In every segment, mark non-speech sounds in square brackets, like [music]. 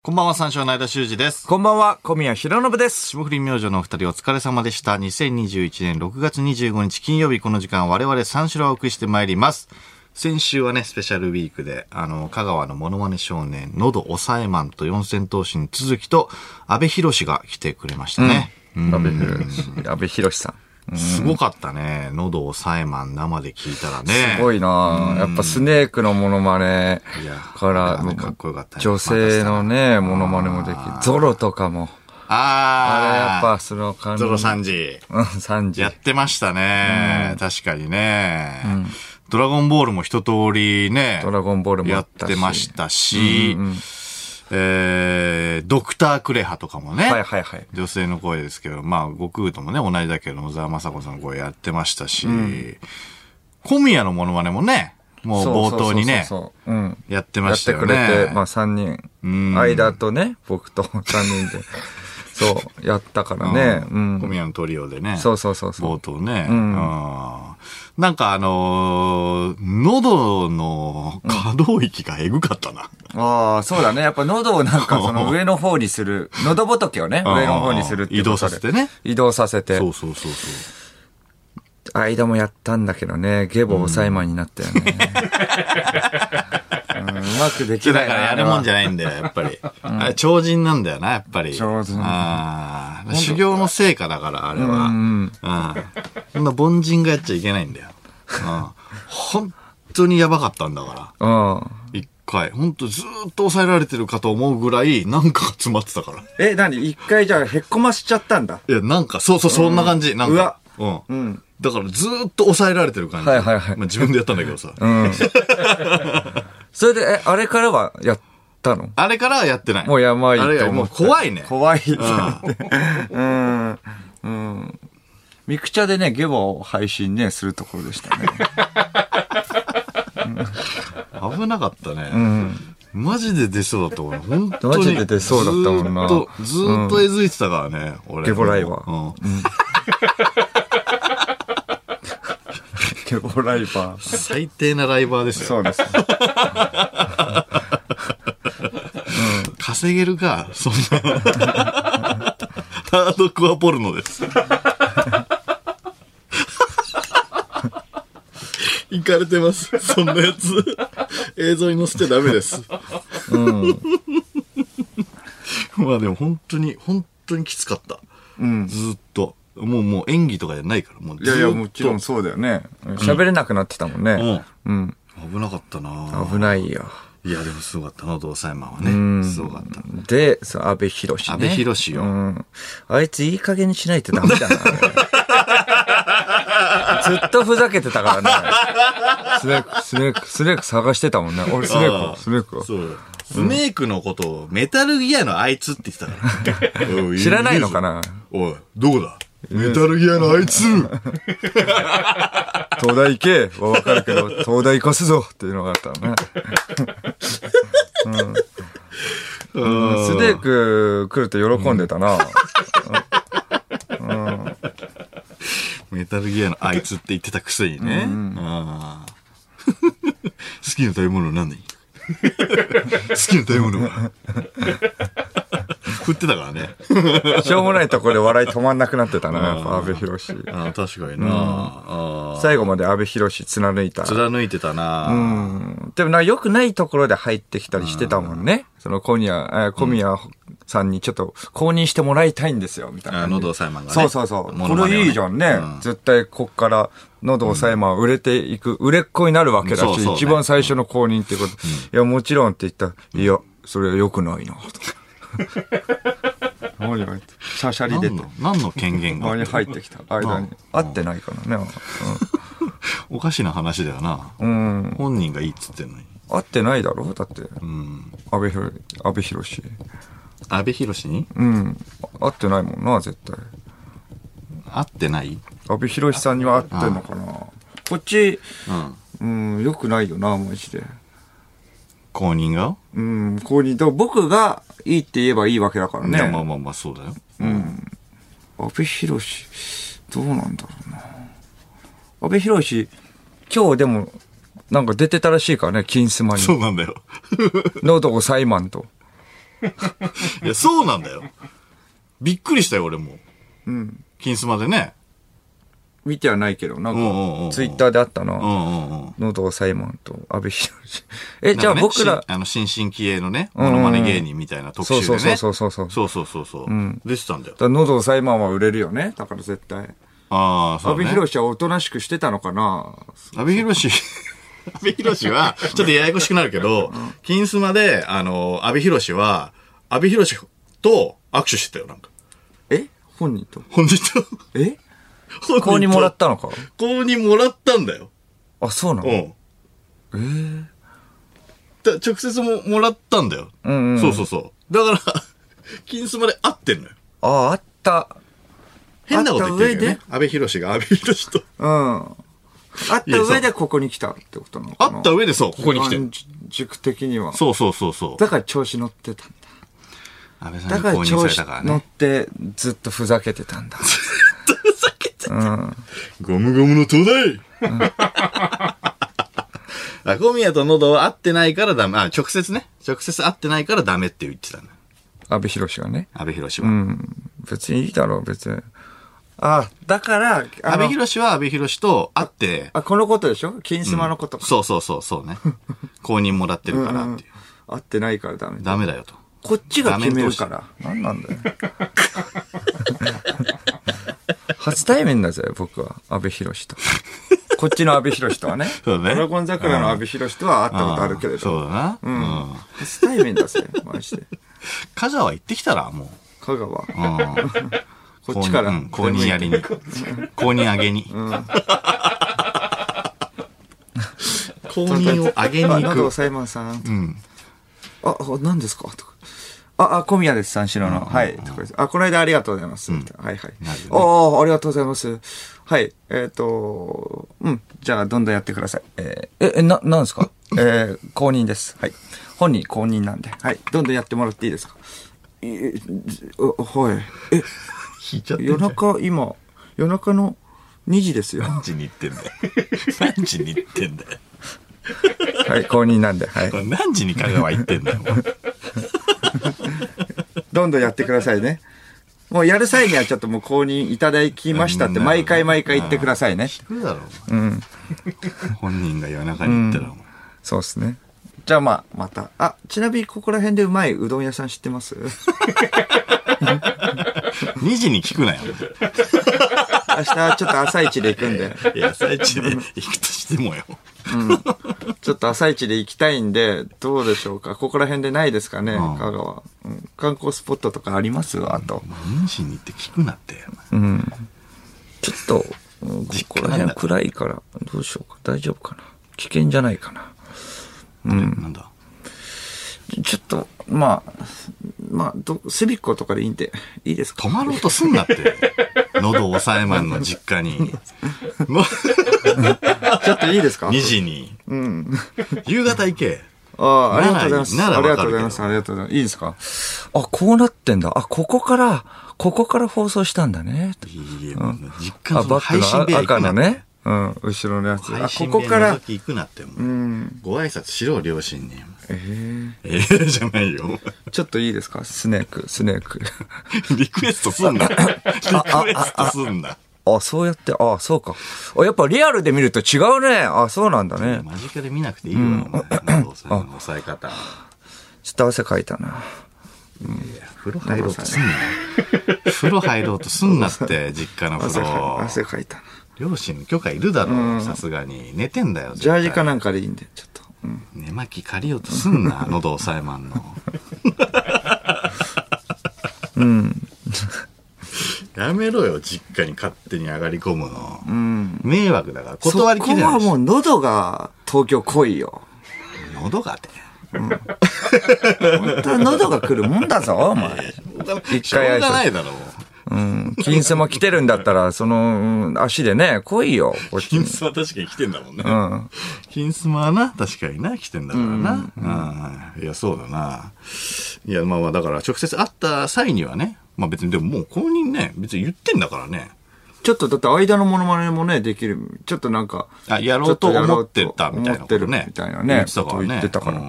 こんばんは、三章の間修二です。こんばんは、小宮弘信です。霜降り明星のお二人お疲れ様でした。2021年6月25日金曜日この時間我々三章をお送りしてまいります。先週はね、スペシャルウィークで、あの、香川のモノマネ少年、喉抑えマンと四千頭身続きと、安部寛が来てくれましたね。うん安部博安部博さん。すごかったね。喉抑えマン生で聞いたらね。すごいなぁやっぱスネークのモノマネいやから、なんかかっこよかったね女性のね、モノマネもできる。ゾロとかも。あれやっあぱその感ー。じ。ゾロ3時。うん、3時やっ。てましたね。確かにね、ドラゴンボールも一通りね。ドラゴンボールもあやったっし。てましたし、えー、ドクタークレハとかもね。はいはいはい。女性の声ですけど、まあ、悟空ともね、同じだけど、野沢雅子さんの声やってましたし、小宮のモノマネもね、もうそう冒そうそうそう頭にね、そう。うん。やってやまっしたてよくね。れて、まあ3ん人。間とね、僕と3人 [laughs] で。そう、やったからね。う小ん。宮のトリオでね。そうそうそうそ冒う。頭ね。うんなんかあのー喉の可動域がえぐかったな。ああ、そうだね。やっぱ喉をなん [laughs] かその上の方にする、喉仏をね、うん上の方にするっていう移動させてね。移動させてそ。うそうそうそ間もやったんだけどね、ゲボ抑えマンになったよね。 [laughs] うんうまくできう。なだいかな。らやるもんじゃゃないんだよ、やっぱり。あれ超人なんだよな、やっぱり。超人ああ。修行の成果だから、あれは。うん。うんそんな凡人がやっちゃいけないんだよ。うん本当にやばかったんだから。うん。一回。本当ずーっと抑えられてるかと思うぐらい、なんか詰まってたから。え、なに一回じゃあへっこましちゃったんだ。いや、なんか、そうそう、そんな感じ。なんか。うわうん。うん。だからずーっと抑えられてる感じ。はいはいはいまあ自分でやったんだけどさ。 [laughs] うん。それで、え、あれからはやったのあれからはやってない。もうやばいとあ思っれてがもう怖いね。怖い。 [laughs] うん。うん。ミクチャでね、ゲボを配信ね、するところでした [laughs] ね。危なかったね。うん。マジで出そうだった俺。本当に。マジで出そうだったもんなずーっと、ずーっとえずいてたからね、俺。ゲボライはうん。ゲボライバー。最低なライバーですよ。そう [laughs] です。稼げるか、 [laughs] そんな。ハードコアポルノです。いかれてます。そんなやつ。映像に載せちゃダメです。うん。まあでも本当に、本当にきつかった。うん。ずーっと。もうもう演技とかじゃないから、もうずいーやっいと。や、もちろんそうだよね。喋れなくなってたもんね。うん。うん。危なかったな危ないよ。いや、でもすごかったな、ドーサイマンはうんね。すごかった。で、そう、安倍博士、ね。安倍博士ようん。あいついい加減にしないとダメ [laughs] だな。ずっとふざけてたからね。スネーク、スネーク、スネーク探してたもんね。俺スネーあーク、スネークを。そう。スネークのことをメタルギアのあいつって言ってたからおい。知らないのかなおい、どこだメタルギアのあいつ東大行けはわかるけど、東大行かすぞっていうのがあったのね。うんスネーク来ると喜んでた [laughs] な。メタルギアのあいつって言ってたくせにね。あー [laughs] 好きな食べ物は何 [laughs] 好きな食べ物は [laughs] 振ってたからね。しょうもないとこで笑い止まんなくなってたな、やっぱ安倍博士。あー確かにな、あー最後まで安倍博士貫いた。貫いてたな、うん。でもな、良くないところで入ってきたりしてたもんね。その小宮、えー小宮さんにちょっと公認してもらいたいんですよ、みたいなあ感じ。喉サイマンがね。そうそうそう。モこノマネをれねいいじゃんね。うん絶対こっから、喉抑えまん売れていく、売れっ子になるわけだし、そうそうね一番最初の公認ってこと、いや、もちろんって言ったら、いや、それは良くない [laughs] な、と。何が入ってシャシャリで何と。の、何の権限が間に入っ [laughs] てきた。間に。合ってないからね。おかしな話だよな。うん。うん本人がいいっつってんのに。合ってないだろだって、うん。安倍博、安倍博士。安倍博士にうん。合ってないもんな、絶対。会ってない安倍博士さんには合ってんのかな。こっち、うん。うん、良くないよな、マジで。公認がうん、ここに、だから僕がいいって言えばいいわけだからいやね。まあまあまあ、そうだよ。 [laughs] 安倍博士、どうなんだろうな。安倍博士、今日でも、なんか出てたらしいからね、金スマに。そうなんだよ。喉をサイマンと。いや、そうなんだよ。びっくりしたよ、俺も。うん。金スマでね。見てはないけど、なんうんうんうんうんか、ツイッターであったうな。んうんうん。野堂サイモンと安倍博士。え、じゃあなんかね僕らし、あの、新進気鋭のね、んモうんノマネ芸人みたいな特そう集でそね。うそうそうそう。そうそうそうそう。出てたんだよ。だ喉を裁判は売れるよね。だから絶対。ああ、そ阿う、ね。部寛はおとなしくしてたのかな阿部寛、阿部寛 [laughs] は、ちょっとややこしくなるけど、金スマで、あの、阿部寛は、阿部寛と握手してたよ、なんか。え本人と。本人と。え本人と公にもらっ。たのか公認もらったんだよ。あ、そうなうん。のええ直接ももらったんだよ。うんうんそうそうそう。だから、 [laughs] 金スマで会ってんのよ。あ、あった。変なこと言ってるよ会っね。安倍博が安倍博と。うん。あっいやたそう上でここに来たってことなのかな会った上でそう、ここに来てる感。軸的には。そうそうそうそう。だから調子乗ってたんだ。安倍さだんかに公ら認さ調れ子たから乗っね。てずっとふざけてた [laughs] んだ。ゴムゴムの東大あ、小宮と喉は会ってないからダメ。あ、直接ね。直接会ってないからダメって言ってたんだ。安倍博がね。安倍博うは。ん。別にいいだろう、別に。あ、だから、あ安倍の博は安倍博と会って、あ、このことでしょ金スマのこと。そうそうそう、そう [laughs] ね。公認もらってるからっていう。合ってないからダメだ。ダメだよと。こっちが決めるから。何な [laughs] んだよ。初対面だぜ、僕は。安部寛と。こっちの安部寛とはね。 [laughs] そうねドラゴン桜の安部寛とは会ったことあるけれあーそうど。だな。ううんん。初対面だぜ、マジで。香川行ってきたら、も香川。う。うん。 [laughs] こっちから。うん公認やりに。 [laughs] 公認あげに。 [laughs] 公認をあげに [laughs] あ、行などく。サイマンさん。うん。あ、あ何ですかとか。あ、あ、小宮です、三四郎の。はい。とかですあ、この間ありがとうございます。みたいなはいはい。ああ、ありがとうございます。はい。えっ、と、うん。じゃあ、どんどんやってください。えーえ、え、な、なんですかえー公認です。はい。本人公認なんで。はい。どんどんやってもらっていいですかいえ、あはい。え、引いちゃってんじゃ夜ん中、今、夜中の2時ですよ。何時に行ってんだよ。何時に行ってんだよ。はい、公認なんで。はいこ。れ何時に香川行ってんだよ。もうどんどんやってくださいね。もうやる際にはちょっともう公認いただきましたって毎回毎回言ってくださいね。行くだろ、お前本人が夜中に行ったら、お前そうですね。じゃあまあ、また。あ、ちなみにここら辺でうまいうどん屋さん知ってます2時に聞くなよ。明日ちょっと朝一で行くんで、いや、朝一で行くとしてもよ。ちょっと朝一で行きたいんで、どうでしょうかここら辺でないですかね、ん香川、うん。観光スポットとかありますあと。何時に行って聞くなって。ちょっと、うんここら辺暗いから、どうしようか。大丈夫かな危険じゃないかな。お前なんだちょっと、まあ、まあ、ど、すびっことかでいいんで、いいですか [laughs] 泊まろうとすんなって。喉押さえマンの実家 [laughs] に。もうちょっといいですか2時に。夕方行け。ああ、ありがとうございます。ならあなりらわがかとうるごけどざいます。ありがとうございます。いいですかあ、こうなってんだ。あ、ここから、ここから放送したんだね。いいえ、もう実家あ、のそのバ配信ッ部ク屋行の赤くなっのて。ね。うん、後ろのやつ。あ、配こ信部こか屋ら覗、き行くなって、もうご挨拶しろ、両親に。えーええじゃないよ。 [laughs] ちょっといいですかスネーク、スネーク。 [laughs] リクエストすんな。リクエストすんな。あ、そうやって、あ、そうか。あ、やっぱリアルで見ると違うね。あ、そうなんだね。間近で見なくていいよ、お前。喉押さえの抑え方。いちょっと汗かいたな。や風呂入ろうとすんな。風呂入ろうとすんなって、実家の風汗か呂。汗かいたな。両親の許可いるだろ、さすがに。寝てんだよ、ジャージかな。なんかでいいんで、ちょっと。うん。寝巻き借りようとすんな、 [laughs] 喉押さえマンの。やめろよ、実家に勝手に上がり込むの。迷惑だから、断りきれそこなはいしも。う喉が東京来いよ。喉がて。本当は喉が来るも [laughs] んだぞ、お前。しょう挨拶がないだろう。うん。金スマ来てるんだったら、その、うん足でね、来いよ、こっち金に。スマ確かに来てんだもんねう。ん。金スマはな、確かにな、来てんだからな。うんいや、そうだな。いや、まあまあ、だから直接会った際にはね、まあ別に、でももう公認ね、別に言ってんだからね。ちょっと、だって間のモノマネもね、できる。ちょっとなんか。あやろうとちょっやろ思ってたみたいなことね思ってるみたいな言っね。てたからねこと言ってたからうんい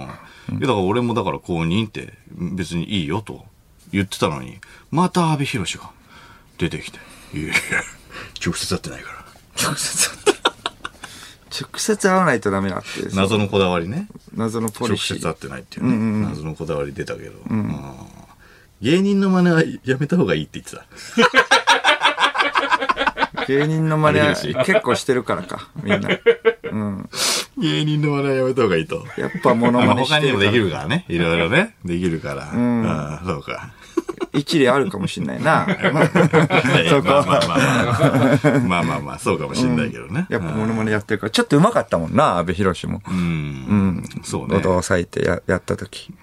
やだから俺もだから公認って別にいいよと言ってたのに、また阿部寛が出てきて、いやいや、直接会ってないから。直接会った直接会わないとダメだっていう謎のこだわりね。謎のポ直リシ接ー会ってないっていうね。謎のこだわり出たけど。うん芸人の真似はやめた方がいいって言ってた。芸人の真似はありが結構してるからかみんな [laughs] 芸人の真似はやめた方がいいと。やっぱモノまあマネ他しにてもできるかるからね。いろいろね。できるから。ああそうか。ら一理あるかもしんない [laughs] なそまあこまあまあまあ。まあまあまあ、そうかもしんないけどね。やっぱモノマネやってるからちょっとうまかったもんな阿部寛もうん。そうね。喉を裂いてややった時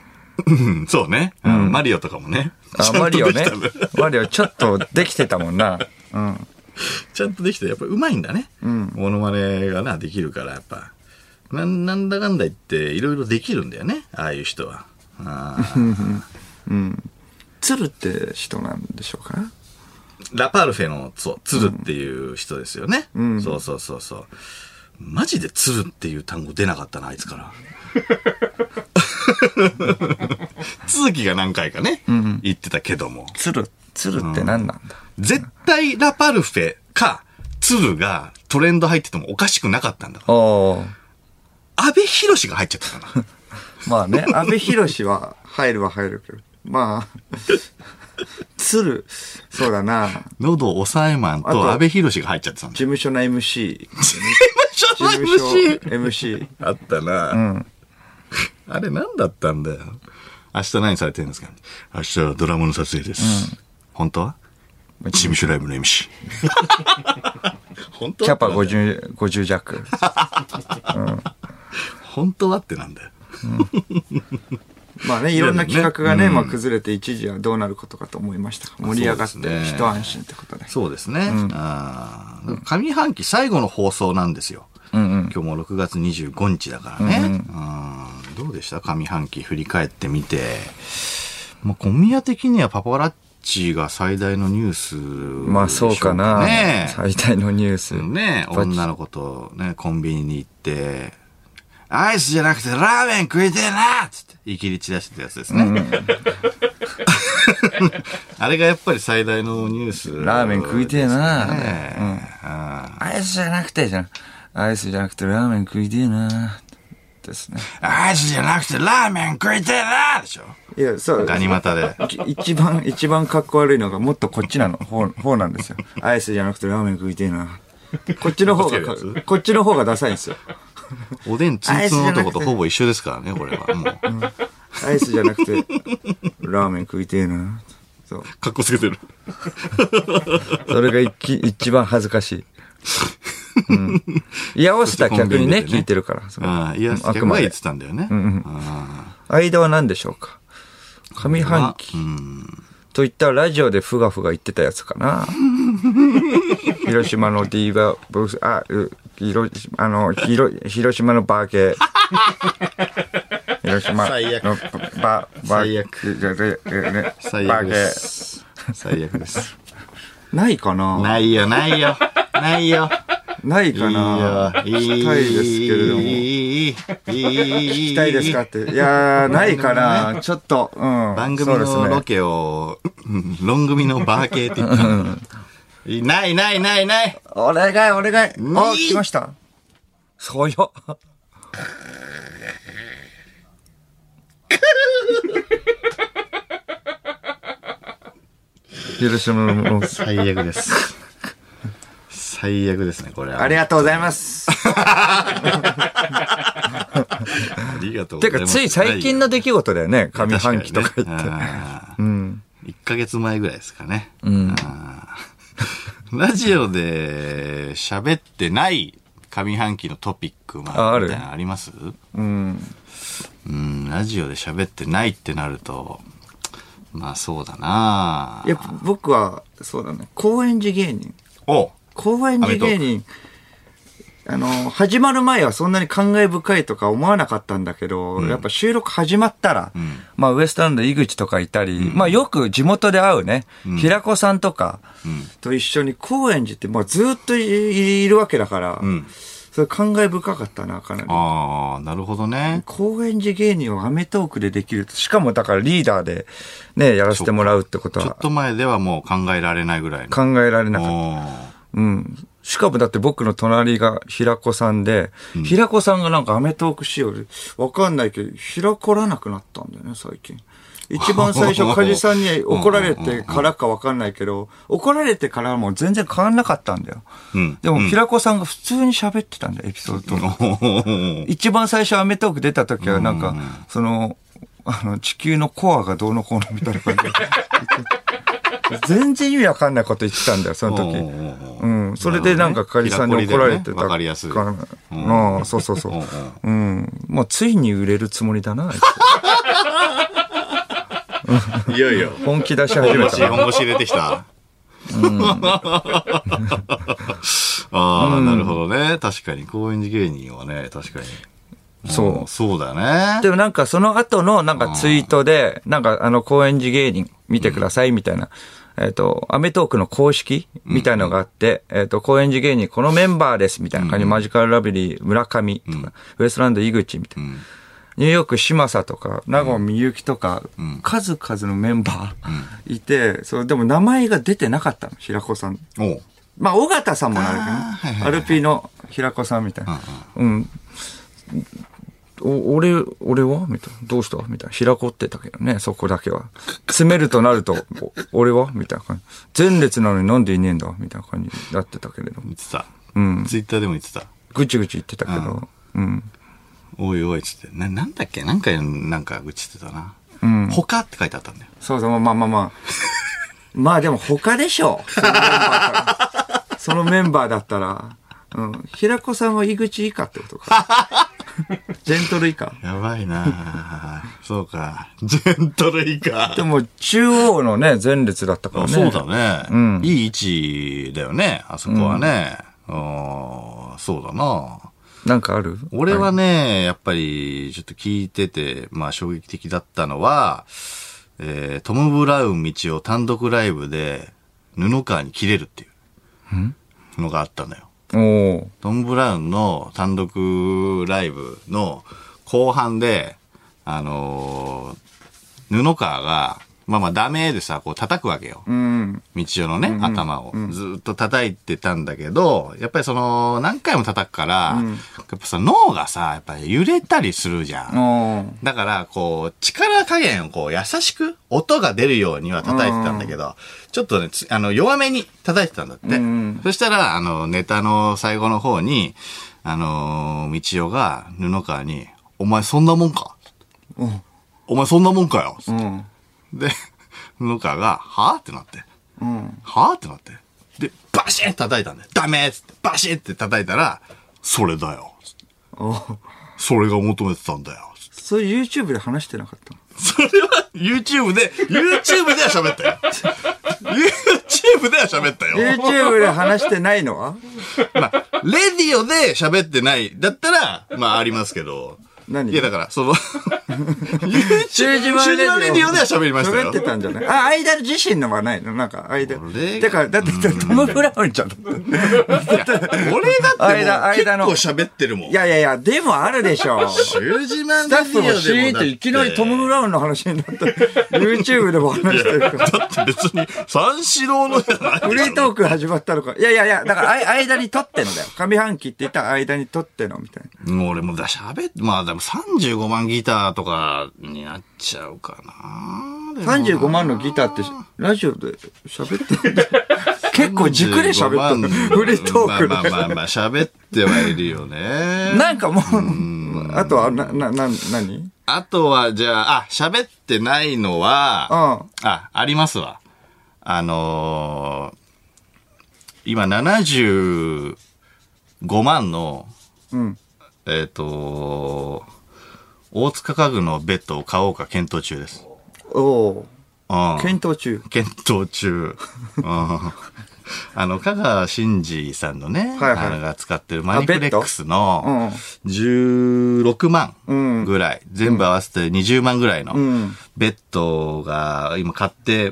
うんそうね。うんマリオとかもね。ちあゃんとマリオでねきたのマリオちょっとできてたもんなうんちゃんとできて、やっぱうまいんだね。モノマネがな、できるから、やっぱ。なんなんだかんだ言って、いろいろできるんだよね。ああいう人は。あー鶴って人なんでしょうかなラパルフェの、そう、鶴っていう人ですよね。そうそうそうそう。マジで鶴っていう単語出なかったな、あいつから。続きが何回かね、言ってたけども。鶴鶴って何なんだ絶対ラパルフェか、鶴がトレンド入っててもおかしくなかったんだから。おー安倍博が入っちゃったかな。ま [laughs] あね、安倍博は入るは入るけど。まあ、鶴、そうだな。事喉抑えマンとあと安倍博が入っちゃって [laughs] たんだ。務所の MC。事 [laughs] ちょっと務待所って MC。あったな、あれ何だったんだよ。明日何されてるんですか明日はドラマの撮影です。本当は事務所ライブの MC。本当キはャパ50、50弱。本当はってなんだよ。まあね、いろんな企画がいやね、でもねまあ崩れて一時はどうなることかと思いましたが。盛り上がっそうでてすね一安心ってことで。そうですね。あー上半期最後の放送なんですよ。今日も6月25日だからね。うんどうでした上半期振り返ってみて。まあ、小宮的にはパパラッチが最大のニュース、まあそうかな。ね最大のニュース。ね女の子とね、コンビニに行って、アイスじゃなくてラーメン食いてえなっつって、いきり散らしてたやつですね。 [laughs] あれがやっぱり最大のニュース。ラーメン食いてえなですねうんアイスじゃなくてじゃん。アイスじゃなくてラーメン食いてえな。ですね。アイスじゃなくてラーメン食いてえなでしょいや、そう。ガニ股で。き一番、一番かっこ悪いのがもっとこっちなの、方、方なんですよ。アイスじゃなくてラーメン食いてえな。こっちの方がこかっちのや、こっちの方がダサいんですよ。おでんつんつん男とほぼ一緒ですからね、これは。もう、アイスじゃなくて、ラーメン食いてえな。そう。かっこつけてる。それが一き一番恥ずかしい。 [laughs] うん。居合わせた客そしてコンビにね、ニでね聞いてるから。そのああ、いや、あく客まが言でっ。てたんだよね。間は何でしょうか上半期う。んといったらラジオでふがふが言ってたやつかな。 [laughs] 広島のディーバブース、あ、う広島、あの、広、広島のバー [laughs] 系。広島最悪のバ、バ最ー悪系。最バ悪ーで系。す。最悪です。ないかなないよ、ないよ。ないよ。ないいいかよな。聞きたいですけれども。いい、いい、聞きたいですかって。いやー、ないかな。ちょっと、うん。番組そのうですロね。ケを、うんロン組のバー系って言ったのいないないないない。お願い、お願い。あ、来ました。そうよ。広島の、最悪です。最悪ですね、これ。ありがとうございます。ありがとう [laughs] てか、つい最近の出来事だよね。上半期とか言って。って。うん。 1ヶ月前ぐらいですかね。あーラジオで喋ってない上半期のトピックまああみるたいなのありますうん。うん、ラジオで喋ってないってなると、まあそうだないや、僕は、そうだね。高円寺芸人。お高円寺芸人、あの、始まる前はそんなに感慨深いとか思わなかったんだけど、やっぱ収録始まったら、まあウエストランド井口とかいたり、まあよく地元で会うね、平子さんとかと一緒に高円寺って、まあずっといいるわけだから、それ感慨深かったな、かなり。ああ、なるほどね。高円寺芸人をアメトークでできると、しかもだからリーダーでね、やらせてもらうってことちょはっと前ではもう考えられないぐらいの。考えられなかった。あうん。しかもだって僕の隣が平子さんで、平子さんがなんかアメトーク仕様で、わかんないけど、平子らなくなったんだよね、最近。一番最 [laughs] 初、梶さんに怒られてからかわかんないけど、怒られてからも全然変わんなかったんだよ。うんでも、平子さんが普通に喋ってたんだよ、エピソードトークーお一番最初アメトーク出た時はなんか、その、あの、地球のコアがどうのこうのみたいな感じで。 [laughs] 全然意味わかんないこと言ってたんだよ、その時。ー。うん。それでなんか、かりさんに怒られて平子りでた。ねわかりやすいうん、そうそうそううん。うん。もうついに売れるつもりだな、あいつ [laughs] いよいよ。 [laughs] 本気出し始本め腰、た。本腰入れてきた。ああ、なるほどね。確かに、高円寺芸人はね、確かに。そううんそうだね。でもなんかその後のなんかツイートで、なんかあの高円寺芸人見てくださいみたいな、えっと、アメトークの公式みたいのがあって、えっと、高円寺芸人このメンバーですみたいな感じ、マジカルラブリー村上とか、ウエストランド井口みたいな。ニューヨーク嶋佐とか、名古屋みゆきとか、数々のメンバーいて、そう、でも名前が出てなかったの、平子さん。おうまあ、尾形さんもなるけどあねーはいはいはアルピーの平子さんみたいな。うん。お俺、俺はみたいな。どうしたみたいな。平子ってたけどね、そこだけは。詰めるとなると、お俺はみたいな感じ。前列なのになんでいねえんだみたいな感じになってたけれど。言ってた。うん。ツイッターでも言ってた。ぐちぐち言ってたけど。うん。おいおい、つって。な、なんだっけなんか、なんか、愚痴ってたな。うん他って書いてあったんだ [laughs] よ。そうそう、まあまあまあ。まあでも他でしょう。そのメンバーからそのメンバーだったら。うん。平子さんは井口以下ってことか。 [laughs] ジェントル以下。やばいな [laughs] そうか。ジェントルイカで。も中央のね、前列だったからあね。そうだ。ね、うんいい位置だよね。あそこはね。あーそうだななんかある俺はね、やっぱり、ちょっと聞いてて、まあ衝撃的だったのは、えートム・ブラウン道を単独ライブで、布川に切れるっていうのがあったんだよ。おおトム・ブラウンの単独ライブの後半で、あのー布川が、まあまあダメでさ、こう叩くわけよ。ー。うん。道夫のね、頭を。ずーっと叩いてたんだけど、やっぱりその、何回も叩くから、やっぱさ、脳がさ、やっぱり揺れたりするじゃん。おーだから、こう、力加減をこう、優しく、音が出るようには叩いてたんだけど、ちょっとね、つあの、弱めに叩いてたんだって。うんそしたら、あの、ネタの最後の方に、あのー、道夫が布川に、お前そんなもんかうん。お前そんなもんかよ、うん。で、布川が、はぁってなって。うん。はぁってなって。で、バシンって叩いたんだよ。ダメっつって、バシンって叩いたら、それだよ。おーそれが求めてたんだよ。それ YouTube で話してなかったのそれは YouTube で、YouTube では喋ったよ。YouTube では喋ったよ。 ?YouTube で話してないのはまあ、レディオで喋ってないだったら、まあありますけど。何いやだから、 [laughs] その、YouTube レディオでは喋りましたよ。喋ってたんじゃないあ、間自身のはないのなんか、間。俺てか、だって、トム・ブラウンじゃん。俺だってもう間間の結構喋ってるもん。いやいやいや、でもあるでしょ。ス中島タッフもシーンだっていきなりトム・ブラウンの話になった。YouTube でも話してるから。だって別に三四郎のじゃないフリートーク始まったのか。いやいやいや、だからあい間に取ってんだよ。上半期って言ったら間に取っての、みたいな。もう俺もだ喋って、まあでも35万ギターとかになっちゃうかな。 35万のギターって、ラジオで喋って [laughs] んだよ。結構軸で喋ったの。フリートークで。まあまあまあまあ、喋ってはいるよね。なんかもう、あとは、な、な、な、何あとは、じゃあ、あ、喋ってないのは、あ、ありますわ。あのー今75万の、うん。えっ、と大塚家具のベッドを買おうか検討中です。おおうんー。検討中。検討 [laughs] 中。うんあの、香川真司さんのね、はいはいあのが使ってるマニプレックスのベ16万うんぐらい、全部合わせて20万ぐらいのうんベッドが今買って、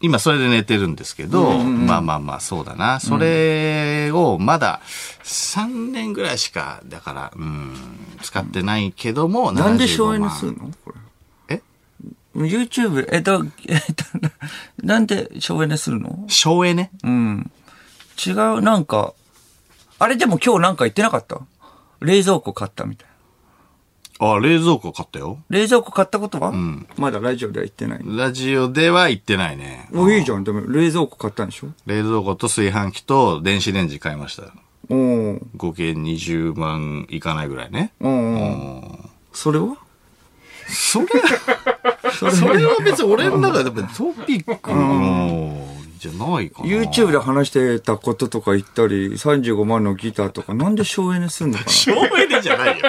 今それで寝てるんですけど、まあまあまあそうだな。それをまだ3年ぐらいしか、だから、うん、使ってないけども、なんで75省エ万ネするのこえれ。YouTube、えっと、えっと、 [laughs] なんで省エネするの省エネうん。違う、なんか、あれでも今日なんか言ってなかった冷蔵庫買ったみたいな。あ、冷蔵庫買ったよ。冷蔵庫買ったことは、まだラジオでは言ってない。ラジオでは言ってないね。もういいじゃん。でも冷蔵庫買ったんでしょ冷蔵庫と炊飯器と電子レンジ買いました。おー合計20万いかないぐらいね。おーそれはそれ、 [laughs] それは別に俺の中でもトピックうんじゃないかな。 YouTube で話してたこととか言ったり、35万のギターとか、なんで省エネするのか省エネじゃないよ。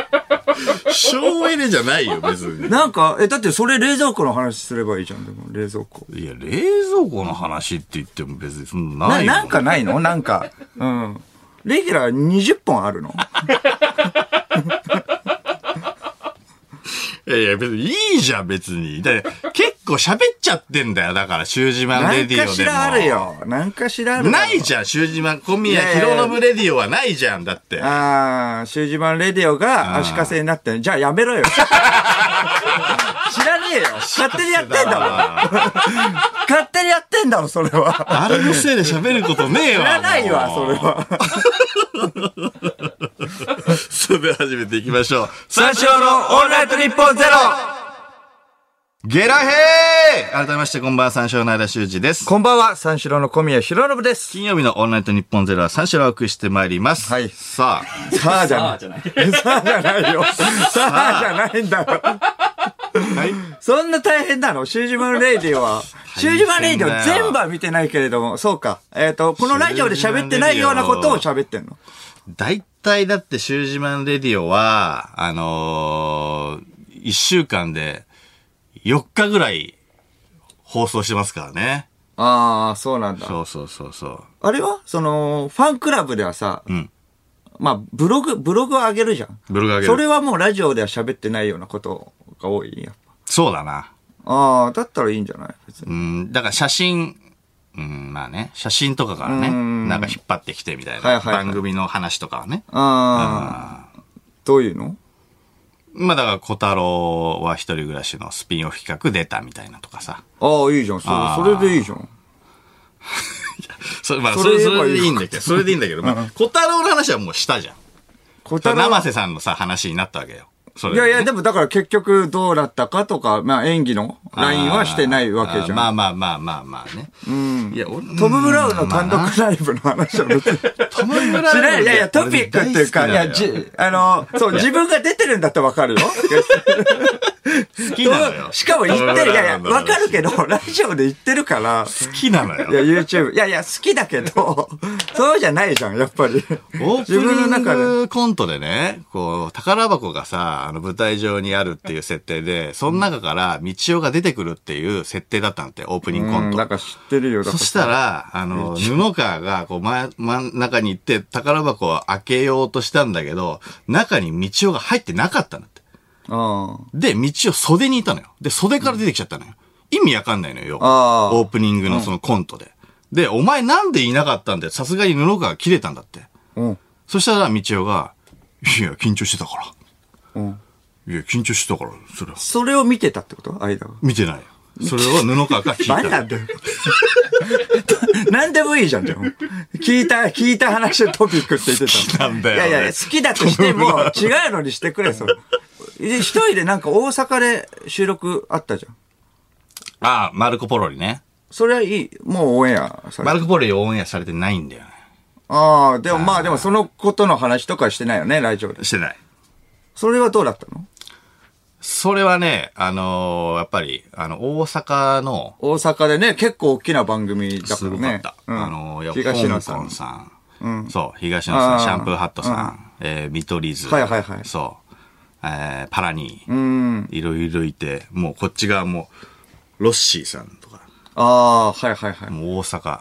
省エネじゃないよ、別 [laughs] に。ななんか、え、だってそれ冷蔵庫の話すればいいじゃん、でも、冷蔵庫。いや、冷蔵庫の話って言っても別にそんななな、いなんかね。ないのなんか。うん。レギュラー20本あるのいやいや、別にいいじゃん、別に。だから結構喋っちゃってんだよ、だから、シュージマンなレんディオでかも。しらある。よ。なんかしらあるだろないじゃん、シュージマン、小宮いやいやいや広信レディオはないじゃん、だって。ああ、シュージマンレディオが足かせになってんじゃあやめろよ。知ら [laughs] ねえよ。勝手にやってんだもん。勝手にやってんだろ、それは。あれのせいで喋ることねえわ。知らないわ、それは。は。それでは始めていきましょう。三章のオンライト日本ゼロゲラヘー改めまして、こんばんは、三章の間修二です。こんばんは、三四郎の小宮弘信です。金曜日のオンラインと日本ゼロは三種をお送りしてまいります。はいささあじゃない。さあじゃないよ。さあじゃないんだよ。あ、はい。そんな大変なのシュージマンレイディオは。シュージマンレイディオ全部は見てないけれども、そうか。えっ、と、このラジオで喋ってないようなことを喋ってんの。大体だって、シュージマンレディオは、あのー、一週間で4日ぐらい放送してますからね。ああ、そうなんだそうそうそうそう。あれはその、ファンクラブではさ、んまあ、ブログ、ブログを上げるじゃん。ブログ上げる。それはもうラジオでは喋ってないようなことが多いやっぱそうだな。ああ、だったらいいんじゃない別に。うん、だから写真、うん、まあね、写真とかからね、うんなんか引っ張ってきてみたいはいなはいはい番組の話とかはね。ああ、どういうのまあだから、小太郎は一人暮らしのスピンオフ企画出たみたいなとかさ。ああ、いいじゃん。そああれそれでいいじゃん。それ、まあ、そそれれ、言そえばれいいでいいんだけど、それでいいんだけど、まあ、小太郎の話はもうしたじゃん。小そ太れ郎生は瀬さんのさ、話になったわけよ。それいやいや、でもだから結局どうだったかとか、まあ演技のラインはしてないわけじゃん。あーまあまあまあまあまあね。うん。いや、俺、トム・ブラウンの単独ライブの話は別に。トム・ブしラなウンい、いやいや、トピックっていうか、いや、好じ、あの、そう、自分が出てるんだってわかるよ。きなのよ。しかも言ってる、いやいや、わかるけど。ど、ラジオで言ってるから、好きなのいや、よ。 YouTube、いやいや、好きだけど、そうじゃないじゃん、やっぱり。オープ自分のニン中で。グコントでね、こう、宝箱がさ、あの舞台上にあるっていう設定で、その中から道夫が出てくるっていう設定だったんだって、オープニングコンうん、ト。なんか知ってるよ、だかそらしたら、あの、布川が、こう、真、真ん中に行って、宝箱を開けようとしたんだけど、中に道夫が入ってなかったんだって。あで、道夫袖にいたのよ。で、袖から出てきちゃったのよ。意味わかんないのよ、要あはーオープニングのそのコントで。で、お前なんでいなかったんだよ。さすがに布川が切れたんだって。あ、うん、そしたら、道夫が、いや、緊張してたかうん。ら。いや、緊張してたから、それは。それを見てたってこと間が。見てないよ。それは布川が聞い何たなの。んだよ。何でもいいじゃん、でも。聞いた、聞いた話のトピックって言ってたの。好なんだよいやいや、俺好きだとし [laughs] ても、違うのにしてくれ、それ。で一人でなんか大阪で収録あったじゃん。ああ、マルコポロリね。それはいい、もうオンエアされマてルコポロリオンエアされてないんだよね。ああ、でもまあでもそのことの話とかはしてないよね、ラジオで。してない。それはどうだったのそれはね、あのーやっぱり、あの、大阪の、大阪でね、結構大きな番組だかすらごね。かった。うんあのーやっぱ東野さ香ん港。さん,、そう、東野さあん、ーシャンプーハットさん、えー、見取り図。はいはいはいそう、えー、パラニー、うん。いろいろいて、もうこっち側も、ロッシーさんとか、ああ、はいは [laughs] いはい。もう大阪、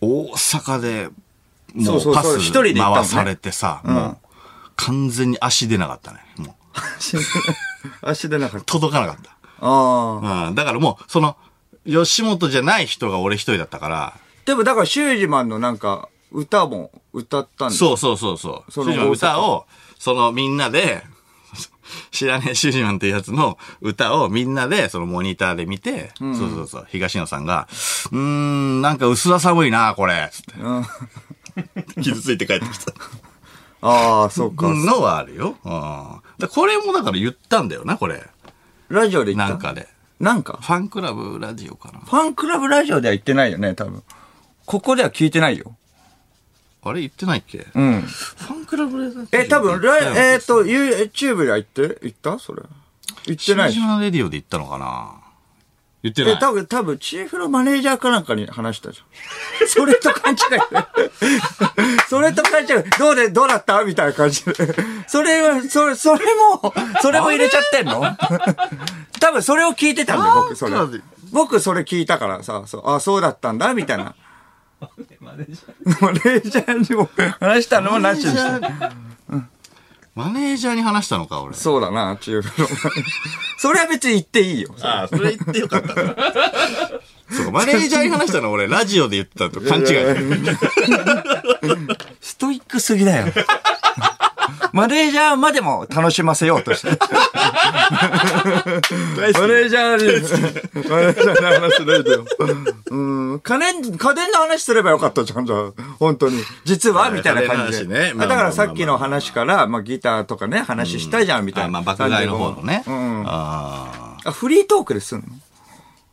大阪で、そもうそううパそうス一人で行ったもんね回されてさ、もう、完全に足出なかったね。もう、足でなかった。届かなかった。ああ。うん、だからもう、その、吉本じゃない人が俺一人だったから、でもだから、シュージマンのなんか、歌も歌ったんでそうそうそうそう。シそュのージマンの歌を、そのみんなで、 [laughs] 知らねえシュージマンっていうやつの歌をみんなで、そのモニターで見て、そうそうそう、東野さんが、うーん、なんか薄ら寒いな、これ、つってうん。傷ついて帰ってきた。 [laughs] ああ、そうか。のはあるよ。うん。だこれもだから言ったんだよな、これ。ラジオで言っなたん。かで。なんか。ファンクラブラジオかな。ファンクラブラジオでは言ってないよね、多分。ここでは聞いてないよ。あれ言ってないっけうん。ファンクラブラジオえ、多分、ララえっ、と、YouTube では言って言ったそれ。言ってないでしょ島レディオで言ったのかな言ってない。え、多分、多分、チーフのマネージャーかなんかに話したじゃん。そ [laughs] れと勘違い。それと勘違い。どうで、どうだったみたいな感じで。それは、それ、それも、それも入れちゃってんの多分、それを聞いてたんだよ、僕、それなんか。僕、それ聞いたからさ、そう、あ、そうだったんだ、みたいな。マネージャーにも話したのもなしにした。マネージャーに話したのか、俺。そうだな、チーフのマネージャー。それは別に言っていいよ。ああ、それ言ってよかったな。そうか、マネージャーに話したの俺、ラジオで言ってたと勘違い。ストイックすぎだよ。 [laughs] マネージャーまでも楽しませようとして。マネージャーに、マネージャーの話しないでよ。うん、家電、家電の話すればよかったじゃん、じゃあ。本当に。実は、みたいな感家電じで。の話ねまあだからさっきの話から、まあギターとかね、話したじゃん、みたいあな。まあ、爆買いの方のね。うん。ああ、フリートークですん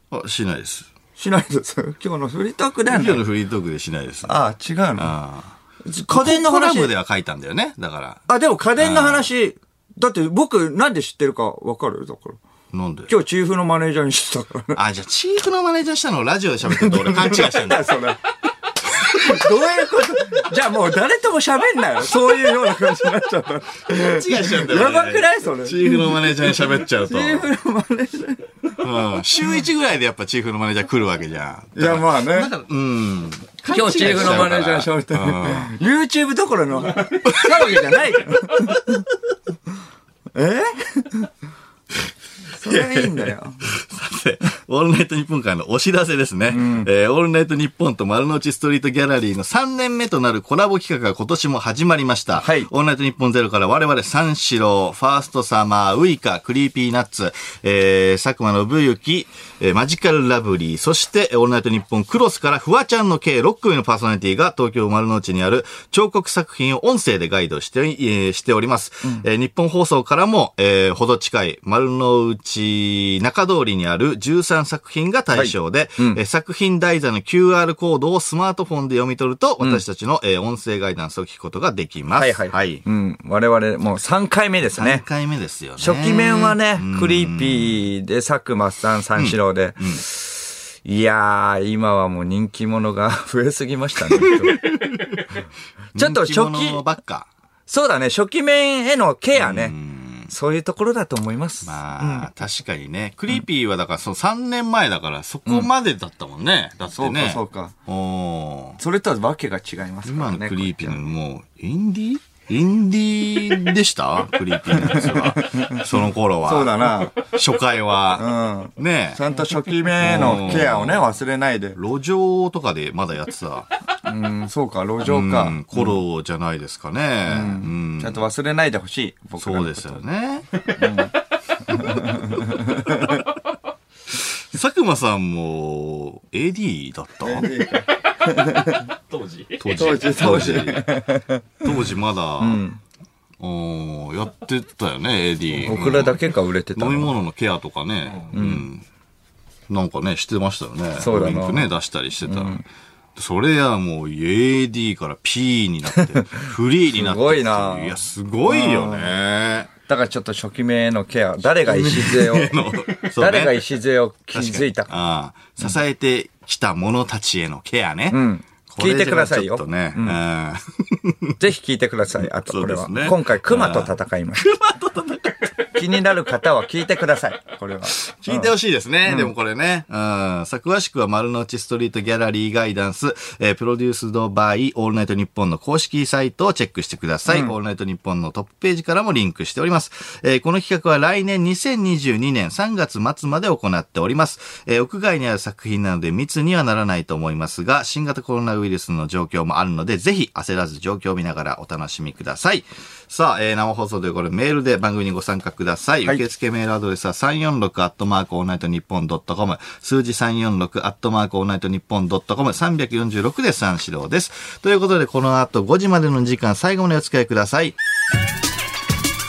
のーあ。しないです。しないです。 [laughs] 今日のフリートークだよ今日のね。フリートークでしないです。ああ、違うの。あ家電のコラ話ムでは書いたんだよね。だから。あ、でも家電の話、だって僕なんで知ってるかわかるだから。なんで今日チーフのマネージャーにしてたからね。あ、じゃあ、チーフのマネージャーしたのをラジオで喋ってると俺勘違いしてんだ。 [laughs] それ。どういうことじゃあもう誰とも喋んなよ。そういうような感じになっちゃった。 [laughs] 勘違いしてんだやばくないそれチーフのマネージャーに喋っちゃうと。チーフのマネージャー。うん。週1ぐらいでやっぱチーフのマネージャー来るわけじゃん。いやまあね。うん。今日チーフのマネージャーに喋ってうん YouTube ど [laughs] ころの騒ぎじゃないからえそれはいいんだよ。さて、 [laughs] オールナイト日本からのお知らせですね。えーオールナイト日本と丸の内ストリートギャラリーの3年目となるコラボ企画が今年も始まりました。はいオールナイト日本ゼロから我々三四郎、ファーストサマー、ウイカ、クリーピーナッツ、えー、佐久間信之、えーマジカルラブリー、そして、オールナイト日本クロスからフワちゃんの計6組のパーソナリティが東京丸の内にある彫刻作品を音声でガイドして、えーしております、えー日本放送からも、えーほど近い丸の内中通りにある13作品が対象で、えー作品題座の QR コードをスマートフォンで読み取ると、私たちの、えー音声ガイダンスを聞くことができます。はいうん。我々もう3回目ですね3。回目ですよね。初期面はねうん、クリーピーで、佐久間さん、三四郎で。いやー、今はもう人気者が増えすぎま [laughs] したね。ちょっと初人気者期、ばっか。そうだね、初期面へのケアねう。んそういうところだと思います。まあ、確かにね。クリーピーはだから、その3年前だから、そこまでだったもんね。だってね。そうかそうか。おーそれとはわけが違いますか今らね。のクリーピーこのもう、インディインディでした [laughs] クリーピーのやつは。その頃は。っちはそうだな。初回は。うん。ねちゃんと初期面へのケアをね、忘れないで。路上とかでまだやってた。うん、そうか、路上うかん。頃じゃないですかね。うんちゃんと忘れないでほしい、僕らのそうことですよね。佐久間さんも AD だった当時。当時。当時当時当時まだ、おーやってたよね、AD。僕らだけが売れてた飲のみ物のケアとかね。うん。なんかね、してましたよね。そうだなドリンクね、出したりしてた。それやもう AD から P にな [laughs] って、フリーになって。すごいないや、すごいよね。だからちょっと初期名のケア、誰が礎を、 [laughs] そうね誰が礎を築いたか。ああ支えてきた者たちへのケアね。んこれ聞いてくださいじよゃちょっとね。う [laughs] んうんぜひ聞いてください。あとこれは。そうですね今回、熊と戦いました。熊と戦い気になる方は聞いてください。これは。 [laughs] 聞いてほしいですね。でもこれね。うん。さあ、詳しくは丸の内ストリートギャラリーガイダンス、えープロデュースドバイオールナイトニッポンの公式サイトをチェックしてください。オールナイトニッポンのトップページからもリンクしております。えーこの企画は来年2022年3月末まで行っております。えー屋外にある作品なので密にはならないと思いますが、新型コロナウイルスの状況もあるので、ぜひ焦らず状況を見ながらお楽しみください。さあ、えー生放送でこれメールで番組にご参加ください。はい受付メールアドレスは346アットマークオールナイトニッポンドットコム。数字346アットマークオールナイトニッポンドットコム。346で三四郎です。ということで、この後5時までの時間、最後までお付き合いください。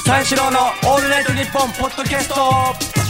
三四郎のオールナイトニッポンポッドキャスト